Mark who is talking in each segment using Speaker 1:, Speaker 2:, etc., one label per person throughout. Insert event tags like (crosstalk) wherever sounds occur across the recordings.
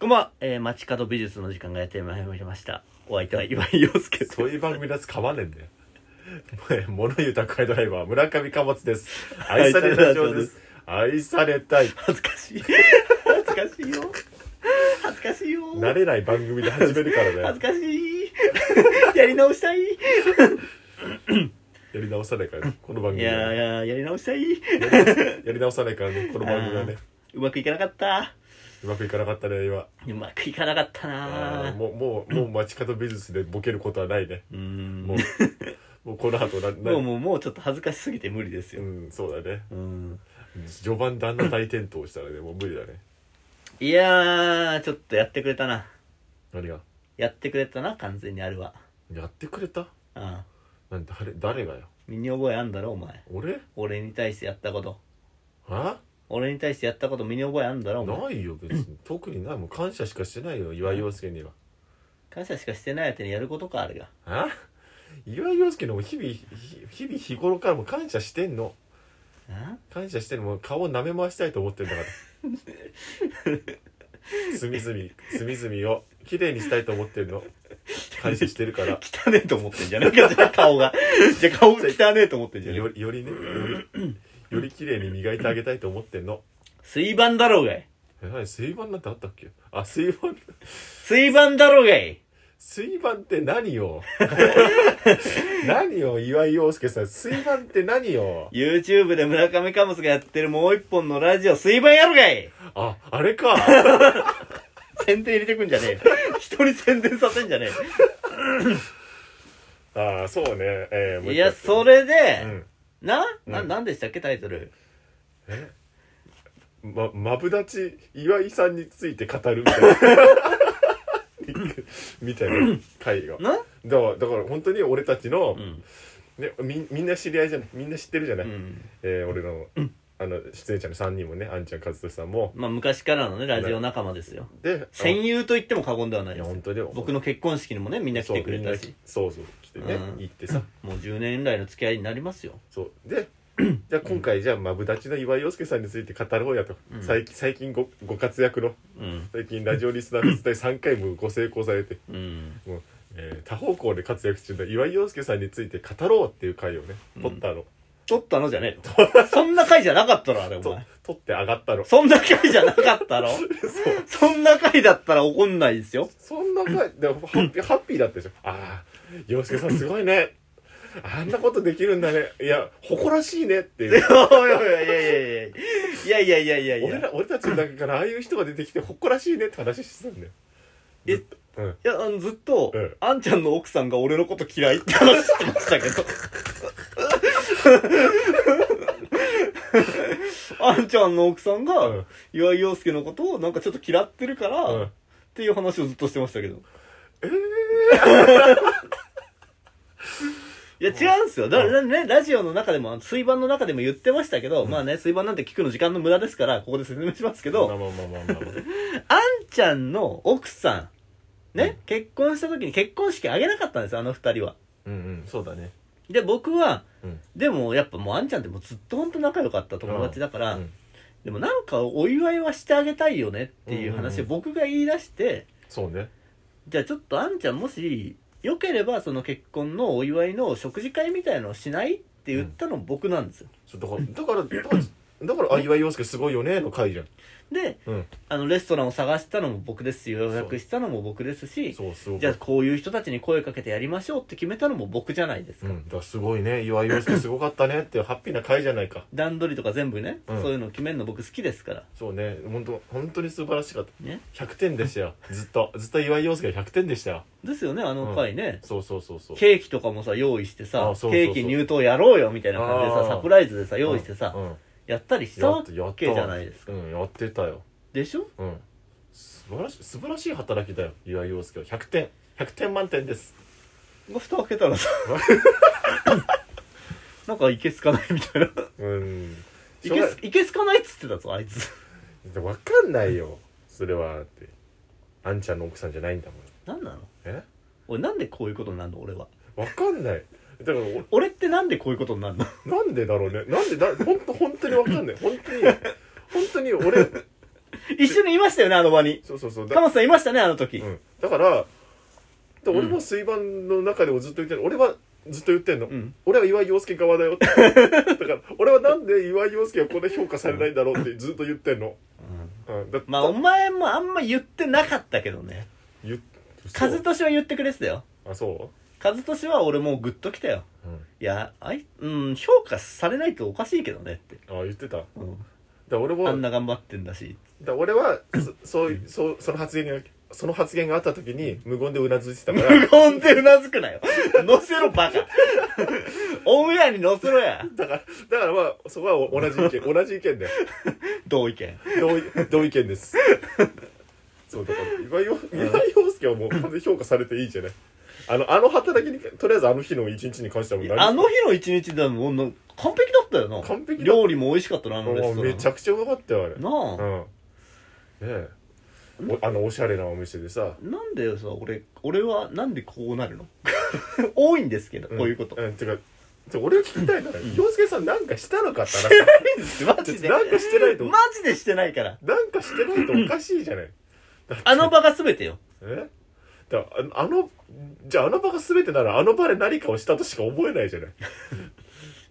Speaker 1: こんばんは、えー、街角美術の時間がやってまいりました。お相手は岩井陽介と。
Speaker 2: そういう番組のやつ噛まねえんだよ。物言う宅配ドライバー、村上貨物です。愛された情です。愛されたい。
Speaker 1: 恥ずかしい。恥ずかしいよ。恥ずかしいよ。
Speaker 2: 慣れない番組で始めるからだ
Speaker 1: 恥
Speaker 2: よ
Speaker 1: ず。かしい。やり直したい。い
Speaker 2: やり直さないからね、この番組は
Speaker 1: やーいやー、やり直したい。
Speaker 2: やり直さないからね、この番組はね。
Speaker 1: うまくいかなかった。
Speaker 2: うまくいかなかったね、今。
Speaker 1: うまくいかなかった
Speaker 2: あー
Speaker 1: な
Speaker 2: もう、もう、もう街角美術でボケることはないね。
Speaker 1: うーん。
Speaker 2: も
Speaker 1: も (laughs)
Speaker 2: う、もうこの後な、な、
Speaker 1: う、もう、もうちょっと恥ずかしすぎて無理です
Speaker 2: う
Speaker 1: よ。
Speaker 2: ん、そうだね。
Speaker 1: うん。
Speaker 2: 序盤であんな大転倒したらね、もう無理だね。
Speaker 1: いやー、ちょっとやってくれたな。
Speaker 2: 何が
Speaker 1: やってくれたな、完全にあれは。
Speaker 2: やってくれた
Speaker 1: うん。
Speaker 2: なんて、誰、誰がよ。
Speaker 1: 身に覚えあんだろ、お前。
Speaker 2: 俺
Speaker 1: 俺に対してやったこと。
Speaker 2: あ
Speaker 1: 俺に対してやったこと身に覚えあんだろお前
Speaker 2: ないよ別に特にないもう感謝しかしてないよ岩井陽介には
Speaker 1: 感謝しかしてないやつにやることかあれが
Speaker 2: あ岩井陽介のも日々ひ日々日頃からもう感謝してんの
Speaker 1: あ
Speaker 2: 感謝してんのもう顔を舐め回したいと思ってんだから隅々隅々を綺麗にしたいと思ってんの感謝してるから
Speaker 1: 汚ねえと思ってんじゃねえかじゃあ
Speaker 2: (laughs)
Speaker 1: 顔がじゃあ顔汚ねえと思ってんじゃねえ
Speaker 2: よりよりねよりより綺麗に磨いてあげたいと思ってんの
Speaker 1: 水盤だろうがい
Speaker 2: え何水盤なんてあったっけあ水盤
Speaker 1: 水盤だろうがい
Speaker 2: 水盤って何
Speaker 1: (laughs)
Speaker 2: よ何よ岩井陽介さん水盤って何よ
Speaker 1: YouTube で村上貨物がやってるもう一本のラジオ水盤やろうがい
Speaker 2: ああれか
Speaker 1: 宣伝入れてくんじゃ
Speaker 2: (laughs)
Speaker 1: ねえよ人に宣伝させんじゃね
Speaker 2: ああそうね
Speaker 1: え
Speaker 2: えー、も
Speaker 1: よ
Speaker 2: う
Speaker 1: い
Speaker 2: 一回
Speaker 1: やそれで、
Speaker 2: うん
Speaker 1: なな、
Speaker 2: うん
Speaker 1: なんでしたっけタイトル
Speaker 2: まマブダチ岩井さんについて語るみたいな
Speaker 1: (laughs)
Speaker 2: みたいな会がだか
Speaker 1: な
Speaker 2: らだから本当に俺たちの、
Speaker 1: ん
Speaker 2: ね、みみんな知り合いじゃないみんな知ってるじゃない、
Speaker 1: うん
Speaker 2: えー俺の,、あの出演者の3人もねあんちゃん和俊さんも
Speaker 1: まあ昔からのねラジオ仲間ですよ
Speaker 2: で
Speaker 1: 戦友と言っても過言ではない
Speaker 2: い
Speaker 1: で
Speaker 2: や
Speaker 1: すよ
Speaker 2: 本当に
Speaker 1: 僕の結婚式にもねみんな来てくれたし
Speaker 2: そうそう来てね、
Speaker 1: うん
Speaker 2: 行ってさ
Speaker 1: もう10年来の付き合いになりますよ
Speaker 2: そうでじゃあ今回じゃあマブダチの岩井陽介さんについて語ろうやと、最近最近ごご活躍の
Speaker 1: うん
Speaker 2: 最近ラジオリスナー別対3回もご成功されて
Speaker 1: うん
Speaker 2: もう、えー多方向で活躍中の岩井陽介さんについて語ろうっていう回をね撮ったの、
Speaker 1: 取ったのじゃねえよ (laughs) そんな回じゃなかったろあれお
Speaker 2: と
Speaker 1: 前
Speaker 2: 撮って上がった (laughs) の
Speaker 1: そんな回じゃなかった (laughs) ろそんな回だったら怒んないですよ
Speaker 2: そんな回でもハッピーハッピーだったでしょああ陽介さんすごいねあんなことできるんだねいや誇らしいねっていう
Speaker 1: (laughs) おいおいおいいやいやいやいやいやいやいや
Speaker 2: 俺
Speaker 1: いや
Speaker 2: ら俺たちの中からああいう人が出てきて誇らしいねって話してたんだよ
Speaker 1: え
Speaker 2: ずっとうん
Speaker 1: いやあのずっと、
Speaker 2: うん
Speaker 1: あんちゃんの奥さんが俺のこと嫌いって話してましたけどあんちゃんの奥さんが、
Speaker 2: うん
Speaker 1: 岩井陽介のことをなんかちょっと嫌ってるから、
Speaker 2: うん
Speaker 1: っていう話をずっとしてましたけど。ええ (laughs) いや、違うんですよ。だからね、ラジオの中でも、水盤の中でも言ってましたけど、まあね、水盤なんて聞くの時間の無駄ですから、ここで説明しますけ
Speaker 2: まあ
Speaker 1: ど、
Speaker 2: まあまあまあまあまあ
Speaker 1: あんちゃんの奥さん、ね、結婚した時に結婚式あげなかったんですよ、あの二人は。
Speaker 2: うんうんそうだね
Speaker 1: で、僕は、
Speaker 2: うん
Speaker 1: でもやっぱもうあんちゃんってもうずっと本当仲良かった友達だから、
Speaker 2: うん
Speaker 1: でもなんかお祝いはしてあげたいよねっていう話を僕が言い出して、
Speaker 2: そうね
Speaker 1: じゃあちょっとあんちゃんもしよければその結婚のお祝いの食事会みたいのをしないって言ったの僕なんですよ、
Speaker 2: そうだからだからだからだからあ岩井陽介すごいよねの回じゃん
Speaker 1: で
Speaker 2: うん
Speaker 1: あのレストランを探したのも僕です予約したのも僕ですし
Speaker 2: そうすごい
Speaker 1: じゃあこういう人たちに声かけてやりましょうって決めたのも僕じゃないです
Speaker 2: う
Speaker 1: か、
Speaker 2: んだからすごいね岩井陽介すごかったねっていうハッピーな回じゃないか
Speaker 1: 段取りとか全部ね、
Speaker 2: うん
Speaker 1: そういうの決めるの僕好きですから
Speaker 2: そうね本当本当に素晴らしかった
Speaker 1: ね
Speaker 2: 100点でしたよずっとずっと岩井陽介が100点でしたよ
Speaker 1: ですよねあの回ね、
Speaker 2: そうそうそうそう
Speaker 1: ケーキとかもさ用意してさ
Speaker 2: あそうそうそう
Speaker 1: ケーキ入刀やろうよみたいな感じで
Speaker 2: あ
Speaker 1: さ
Speaker 2: ー
Speaker 1: サプライズでさ用意してさ、
Speaker 2: うんうん
Speaker 1: やったりしたわけじゃないですか
Speaker 2: うんやってたよ
Speaker 1: でしょ
Speaker 2: うん素晴らしい素晴らしい働きだよ岩井陽介は100点100点満点です
Speaker 1: 蓋開けたら
Speaker 2: (laughs)
Speaker 1: さなんかいけすかないみたいな
Speaker 2: うん
Speaker 1: いけすいけすかないっつってたぞあいつ
Speaker 2: 分かんないよそれはってあんちゃんの奥さんじゃないんだもん
Speaker 1: 何なの
Speaker 2: え
Speaker 1: 俺なんでこういうことになるの俺は
Speaker 2: 分かんないだからお
Speaker 1: 俺ってなんでこういうことになる
Speaker 2: (laughs)
Speaker 1: の
Speaker 2: なんでだろうねなんでだ本当本当に分かんない本当に本当に俺
Speaker 1: 一緒にいましたよね、あの場に。
Speaker 2: そうそうそうだ
Speaker 1: カモさんいましたね、あの時。
Speaker 2: うん、だからで俺も水盤の中でもずっと言ってる俺はずっと言ってんの、
Speaker 1: ん
Speaker 2: 俺は岩井陽介側だよってだから俺はなんで岩井陽介はこれ評価されないんだろうってずっと言ってんの、うん、だ
Speaker 1: まあ、お前もあんま言ってなかったけどね。
Speaker 2: 言
Speaker 1: カズトシは言ってくれてたよ。
Speaker 2: あそ
Speaker 1: カズトシは俺もうグッときたよ。
Speaker 2: う、
Speaker 1: いや、あい、うん、評価されないとおかしいけどねって。
Speaker 2: あ言ってただか
Speaker 1: うん。
Speaker 2: ら俺
Speaker 1: あ
Speaker 2: も
Speaker 1: んな
Speaker 2: だか
Speaker 1: 頑張ってんだし。
Speaker 2: ら俺
Speaker 1: (coughs)
Speaker 2: はそそういうそうその発言がその発言があった時に無言でうなずいてたから
Speaker 1: 無言でうなずくなよ。乗せろ、バカ。 (laughs) オンエアに乗せろや。
Speaker 2: だからだからまあそこはお同じ
Speaker 1: (laughs)
Speaker 2: 意見同じ意見だよ
Speaker 1: 同意見。
Speaker 2: 同意同意見ですそうだから岩井よ岩井陽介はもう完全に評価されていいじゃないあのあの働きにとりあえずあの日の一日に関してはもう何
Speaker 1: あの日の一日だもん、完璧だったよな。
Speaker 2: 完璧だ
Speaker 1: 料理も美味しかったな、あのレスト
Speaker 2: もう
Speaker 1: ラン。
Speaker 2: めちゃくちゃうまかったよあれ
Speaker 1: な
Speaker 2: う
Speaker 1: あ、
Speaker 2: んねえおあのおしゃれなお店でさ
Speaker 1: なんでさ、俺、俺はなんでこうなるの (laughs) 多いんですけど、こういうこと。
Speaker 2: ん、てかてか俺を聞きたいなら洋介さんなんかしたのかって
Speaker 1: して
Speaker 2: 話
Speaker 1: ないんです、 (laughs) マジで。
Speaker 2: なんかしてないと
Speaker 1: マジでしてないから。
Speaker 2: なんかしてないとおかしいじゃない
Speaker 1: あの場が全てよ。
Speaker 2: えだからああのじゃああの場が全てならあの場で何かをしたとしか思えないじゃない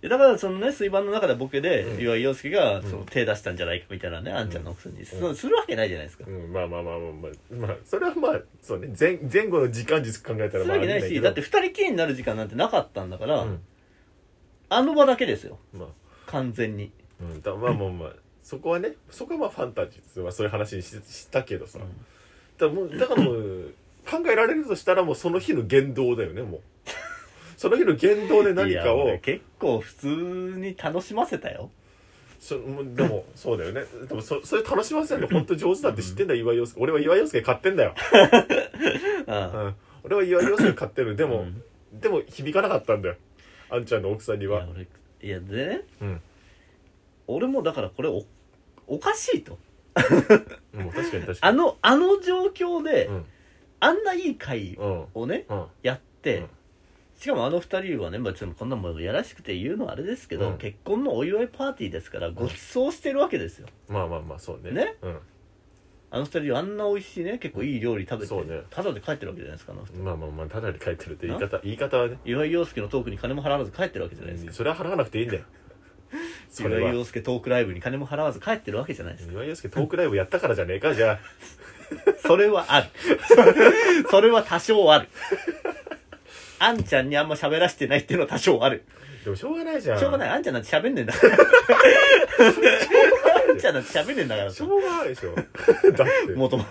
Speaker 1: だからそのね水盤の中でボケで
Speaker 2: うん
Speaker 1: 岩井陽介がその
Speaker 2: うん
Speaker 1: 手出したんじゃないかみたいなね、あんちゃんの奥さんに、そうするわけないじゃないですか、
Speaker 2: うん、まあまあまあまあまあ、まあ、それはまあそうね前前後の時間軸考えた
Speaker 1: す
Speaker 2: ら
Speaker 1: る
Speaker 2: まあ
Speaker 1: わけない
Speaker 2: あり
Speaker 1: し
Speaker 2: え
Speaker 1: だ
Speaker 2: けど
Speaker 1: って二人きりになる時間なんてなかったんだから、
Speaker 2: うん
Speaker 1: あの場だけですよ
Speaker 2: まあ、
Speaker 1: 完全に
Speaker 2: うん、だまあまあまあそこはねそこはまあファンタジーです、まあ、そういう話にししたけどさ、
Speaker 1: うん
Speaker 2: だからもうだからもう考えられるとしたらもうその日の言動だよねもうその日の言動で何
Speaker 1: いや
Speaker 2: かを
Speaker 1: 俺結構普通に楽しませたよ
Speaker 2: そもうでもそうだよねでもそそれ楽しませるの本当上手だって知ってんだよ岩井陽介俺は岩井陽介買ってんだよ、
Speaker 1: うん
Speaker 2: うん、俺は岩井陽介買ってるでも、
Speaker 1: うん
Speaker 2: でも響かなかったんだよあんちゃんの奥さんに
Speaker 1: いや
Speaker 2: は
Speaker 1: 俺いやでね
Speaker 2: うん
Speaker 1: 俺もだからこれおおかしいと
Speaker 2: もう確かに確か
Speaker 1: あ
Speaker 2: に
Speaker 1: のあの状況で、
Speaker 2: うん
Speaker 1: あんないい会
Speaker 2: うん
Speaker 1: をね、
Speaker 2: うん
Speaker 1: やって、
Speaker 2: うん
Speaker 1: しかもあの二人はね、まあ、ちょっとこんなもんやらしくて言うのはあれですけど、
Speaker 2: うん
Speaker 1: 結婚のお祝いパーティーですからご馳走してるわけですよ
Speaker 2: まあまあまあそうね
Speaker 1: ね
Speaker 2: う
Speaker 1: あの二人はあんな美味しいね結構いい料理食べて、
Speaker 2: そうね
Speaker 1: ただで帰ってるわけじゃないですかあの二人
Speaker 2: んまあまあまあただで書いてるって言い方言い方はね
Speaker 1: 岩井陽介のトークに金も払わず帰ってるわけじゃないですか、
Speaker 2: それは払わなくていいんだよそれ
Speaker 1: 岩井
Speaker 2: は
Speaker 1: 陽介トークライブに金も払わず帰ってるわけじゃないですか、 (laughs)
Speaker 2: 岩井陽介トークライブやったからじゃねえかじゃあ
Speaker 1: それはある (laughs) それは多少
Speaker 2: (laughs)
Speaker 1: あるあんちゃんにあんま喋らせてないっていうのは多少ある
Speaker 2: でもしょうがないじゃん
Speaker 1: しょうがないいあんちゃんなんて喋んねえんだ
Speaker 2: (laughs)
Speaker 1: からあんちゃんなんて喋んねえんだから
Speaker 2: しょうがないでしょ (laughs) だって
Speaker 1: もとも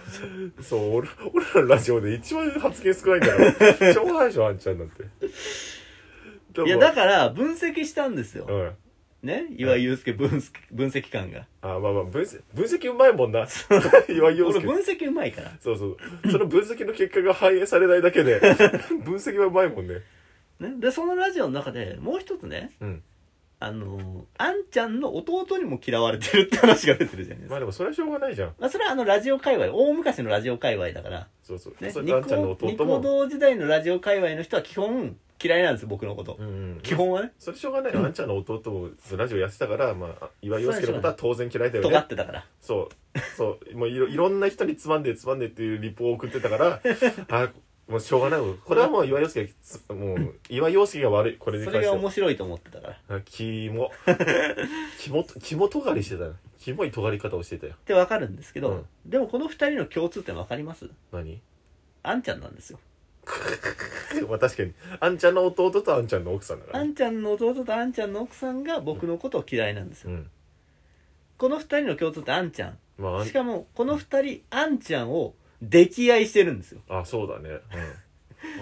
Speaker 2: そう俺俺らのラジオで一番発言少ないんだからしょうがないでしょあんちゃんなんてで
Speaker 1: と
Speaker 2: も
Speaker 1: いやだから分析したんですよ、
Speaker 2: うん
Speaker 1: ね岩井祐介分析分析官が
Speaker 2: あまあまあ分析分析うまいもんな (laughs) 岩井陽
Speaker 1: 俺
Speaker 2: 介
Speaker 1: 分析うまいから
Speaker 2: そうそうその分析の結果が反映されないだけで (laughs) 分析はうまいもんね
Speaker 1: ね、でそのラジオの中でもう一つね
Speaker 2: うん
Speaker 1: あのーあんちゃんの弟にも嫌われてるって話が出てるじゃないですか、
Speaker 2: まあでもそれはしょうがないじゃん
Speaker 1: まあ、それはあのラジオ界隈大昔のラジオ界隈だから
Speaker 2: そうそう、
Speaker 1: ね
Speaker 2: それ
Speaker 1: ニ
Speaker 2: とあんちゃんの
Speaker 1: コニコ
Speaker 2: 弟も、
Speaker 1: 動時代のラジオ界隈の人は基本嫌いなんですよ僕のこと、
Speaker 2: うんうん、
Speaker 1: 基本はね
Speaker 2: それしょうがないよあんちゃんの弟もラジオやってたから、まあ、岩井陽介のことは当然嫌いだよ
Speaker 1: 尖っ
Speaker 2: ね
Speaker 1: てたから
Speaker 2: そうそうもういろいろんな人につまんでつまんでっていうリポを送ってたから
Speaker 1: (laughs)
Speaker 2: あもうしょうがないもんこれはもう岩井陽介がつもう岩井陽介が悪いこれに
Speaker 1: そ
Speaker 2: 関
Speaker 1: れ
Speaker 2: して
Speaker 1: が
Speaker 2: は
Speaker 1: 面白いと思ってたから
Speaker 2: あ
Speaker 1: (laughs)
Speaker 2: キモキモとキモ尖りしてたよキモい尖り方をしてたよ
Speaker 1: ってわかるんですけど、
Speaker 2: うん
Speaker 1: でもこの二人の共通点わかります
Speaker 2: 何 (laughs)
Speaker 1: あんちゃんなんですよ
Speaker 2: まあ確かにあんちゃんの弟とあんちゃんの奥さんだか
Speaker 1: あ
Speaker 2: らね
Speaker 1: んちゃんの弟とあんちゃんの奥さんが僕のことを嫌いなんですよ、
Speaker 2: うん
Speaker 1: この二人の共通点あんちゃん
Speaker 2: まああん
Speaker 1: しかもこの二人あんちゃんを溺愛してるんですよ
Speaker 2: あそうだね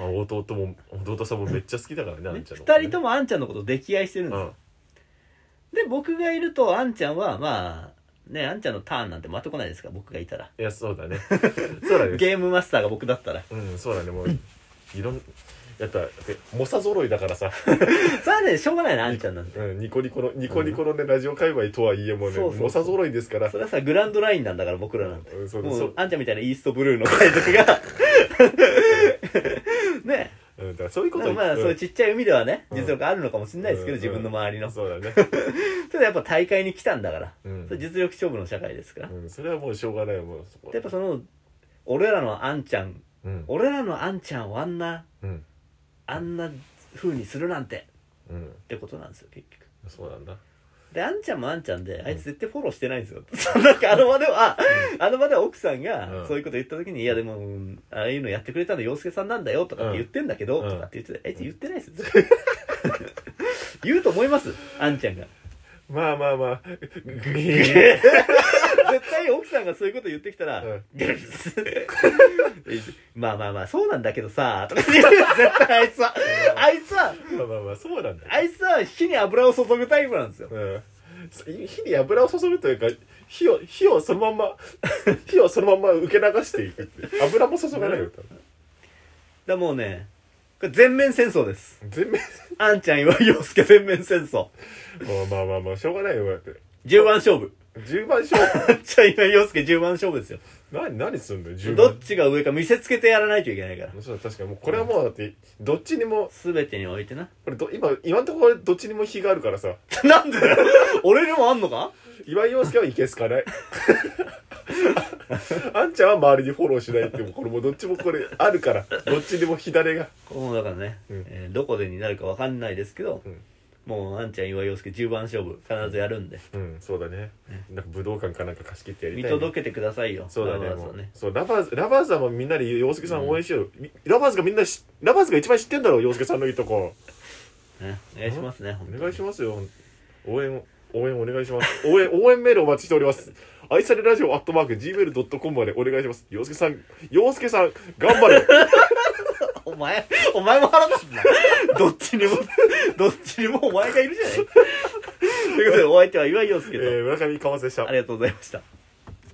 Speaker 2: うん、まあ、弟も弟さんもめっちゃ好きだからねあ
Speaker 1: ね
Speaker 2: んちゃんの
Speaker 1: 二人ともあんちゃんのこと溺愛してるんです
Speaker 2: うん
Speaker 1: よで僕がいるとあんちゃんはまあねあんちゃんのターンなんて回ってこないですから僕がいたら
Speaker 2: いやそうだねそう
Speaker 1: (laughs)
Speaker 2: だね
Speaker 1: ゲームマスターが僕だったら
Speaker 2: うんそうだねもういろんやったらで猛者揃いだからさ、
Speaker 1: それはねしょうがないなあんちゃんなんて
Speaker 2: うん、ニコニコのニコニコのね、ラジオ界隈とはいえもうね
Speaker 1: そうそうそう
Speaker 2: 猛者揃いですから
Speaker 1: それはさグランドラインなんだから僕らなんて
Speaker 2: うんそう
Speaker 1: も
Speaker 2: そうう (laughs)
Speaker 1: あんちゃんみたいなイーストブルーの海賊がね
Speaker 2: うん、だからそういうこと
Speaker 1: まあ、そういうちっちゃい海ではね、
Speaker 2: うん
Speaker 1: 実力あるのかもしれないですけど、
Speaker 2: うん
Speaker 1: 自分の周りの。
Speaker 2: そうだね、
Speaker 1: ただやっぱ大会に来たんだから。
Speaker 2: うん
Speaker 1: それ実力勝負の社会ですから。
Speaker 2: うん、それはもうしょうがないよもうそこ
Speaker 1: やっぱその、俺らのあんちゃん、
Speaker 2: うん
Speaker 1: 俺らのあんちゃんをあんな、
Speaker 2: うん
Speaker 1: あんな風にするなんて、
Speaker 2: うん
Speaker 1: ってことなんですよ、結局。
Speaker 2: そうなんだ
Speaker 1: で、あんちゃんもあんちゃんで、あいつ絶対フォローしてないんですよ。 (laughs) なんかあの場では、あの場では奥さん
Speaker 2: う
Speaker 1: が
Speaker 2: ん、
Speaker 1: そういうこと言った時に、いやでも、うんああいうのやってくれたの洋介さんなんだよ、とかって言ってんだけど、
Speaker 2: うん
Speaker 1: とかって言ってた。あいつ言ってないです
Speaker 2: (laughs)
Speaker 1: よ。言うと思いますあんちゃんが。
Speaker 2: まあ
Speaker 1: (laughs)
Speaker 2: まあまあぐぐぎ
Speaker 1: 絶対奥さんがそういうこと言ってきたら、
Speaker 2: うん
Speaker 1: ぐるっす (laughs) まあまあまあ、そうなんだけどさ、とか言って絶対あいつは、あいつは、
Speaker 2: まあまあまあそうなんだ
Speaker 1: あいつは火に油を注ぐタイプなんですよ。
Speaker 2: うんそ火に油を注ぐというか火を火をそのまんま火をそのまんま受け流していくって油も注がない
Speaker 1: だ
Speaker 2: よ多分
Speaker 1: からもうね、これ全面戦争です。
Speaker 2: 全面 (laughs)
Speaker 1: あんちゃん岩井陽介全面戦争。
Speaker 2: まあまあまあまあしょうがないよだって
Speaker 1: 10番勝負。
Speaker 2: 10番勝負
Speaker 1: あ (laughs) んちゃん岩井陽介10番勝負ですよ。
Speaker 2: 何何すんだよ10
Speaker 1: どっ
Speaker 2: 番
Speaker 1: ちが上か見せつけてやらないといけないから。
Speaker 2: そうだ確かにもうこれはもうだってどっちにも
Speaker 1: すべてにおいてな。 (laughs)
Speaker 2: これど今今のところどっちにも火があるからさ
Speaker 1: なんでだよ俺にもあんのか
Speaker 2: 岩井陽介はいけすかないあんちゃんは周りにフォローしないってもうこれもうどっちもこれあるからどっちにも火種が
Speaker 1: もうだからね、
Speaker 2: うん
Speaker 1: えーどこでになるかわかんないですけど、
Speaker 2: うん
Speaker 1: もうあんちゃん岩井陽介10番勝負必ずやるんで、
Speaker 2: うんそうだねなんか武道館かなんか貸し切ってやり
Speaker 1: 見
Speaker 2: たいね、
Speaker 1: 届けてくださいよ
Speaker 2: そうだね
Speaker 1: わざわ
Speaker 2: も
Speaker 1: ざ
Speaker 2: うそうラバーズラバーズはもうみんなで洋介さん応援しよう、みラバーズがみんなしラバーズが一番知ってんだろう洋介さんのいいとこ
Speaker 1: ねお願いしますね
Speaker 2: お願いしますよ応援応援お願いします応援応援メールお待ちしております愛されラジオアットマーク Gmail.com までお願いします洋介さん洋介さん頑張れ
Speaker 1: お前お前も腹立つな (laughs) どっちにもどっちにもお前がいるじゃないということでお相手は岩井陽介
Speaker 2: え
Speaker 1: と、
Speaker 2: ー、村上かまでした
Speaker 1: ありがとうございました